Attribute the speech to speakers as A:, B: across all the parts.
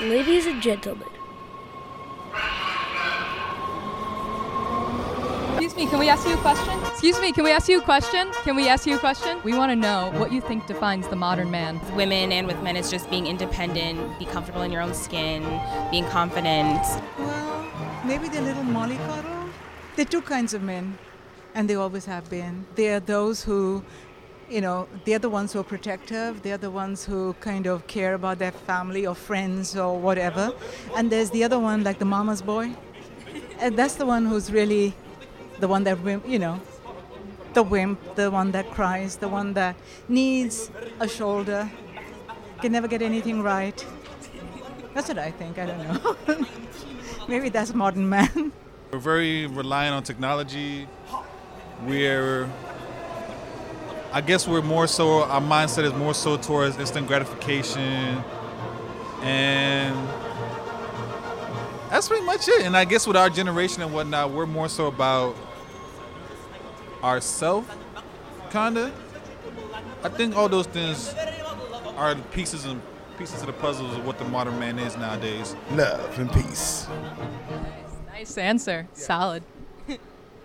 A: Ladies and gentlemen,
B: Excuse me, can we ask you a question? Excuse me, can we ask you a question? Can we ask you a question? We want to know what you think defines the modern man.
C: women and with men is just being independent, be comfortable in your own skin, being confident.
D: Well, maybe they're a little mollycoddle. There are two kinds of men, and they always have been. They are those who, you know, they're the ones who are protective, they're the ones who kind of care about their family or friends or whatever. And there's the other one, like the mama's boy. And that's the one who's really the one that, wim- you know, the wimp, the one that cries, the one that needs a shoulder, can never get anything right. That's what I think, I don't know. Maybe that's modern man.
E: We're very reliant on technology. We're, I guess, we're more so. Our mindset is more so towards instant gratification, and that's pretty much it. And I guess with our generation and whatnot, we're more so about ourself, kinda. I think all those things are pieces and pieces of the puzzles of what the modern man is nowadays.
F: Love and peace.
B: Nice answer. Solid.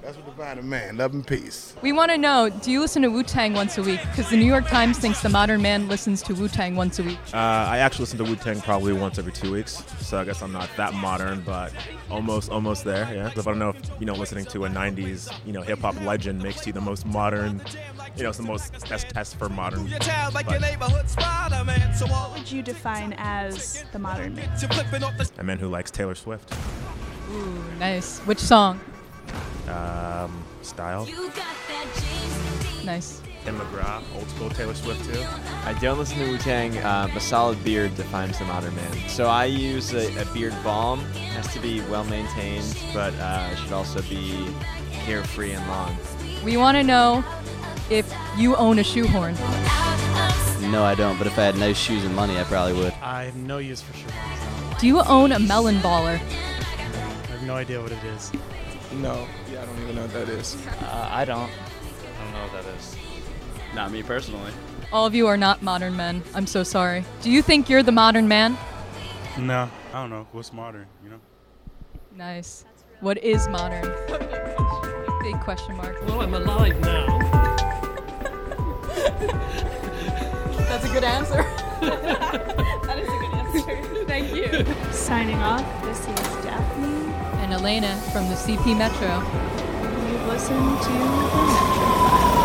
F: That's what defines a man. Love and peace.
B: We want to know do you listen to Wu Tang once a week? Because the New York Times thinks the modern man listens to Wu Tang once a week.
G: Uh, I actually listen to Wu Tang probably once every two weeks, so I guess I'm not that modern, but almost, almost there. Yeah. But I don't know if you know listening to a '90s, you know, hip hop legend makes you the most modern. You know, it's the most that's test for modern. But
H: would you define as the modern man?
G: a man who likes Taylor Swift mm,
B: Nice. Which song?
G: um, style,
B: Nice.
G: Tim McGraw, old school Taylor Swift too.
I: I don't listen to Wu Tang. Um, a solid beard defines the modern man. So I use a, a beard balm. has to be well maintained, but uh, it should also be carefree and long.
B: We want to know if you own a shoehorn.
I: No, I don't. But if I had nice shoes and money, I probably would.
J: I have no use for sure.
B: Do you own a melon baller?
J: I have no idea what it is.
F: No, yeah, I don't even know what that is.
J: I don't.
K: Not me personally.
B: All of you are not modern men. I'm so sorry. Do you think you're the modern man?
J: No. I don't know. What's modern? You know.
B: Nice. What is modern? Big question mark.
K: Well, I'm alive now.
B: That's a good answer.
C: Thank you.
H: Signing off, this is Daphne.
B: And Elena from the CP Metro.
H: You listen to the Metro Files.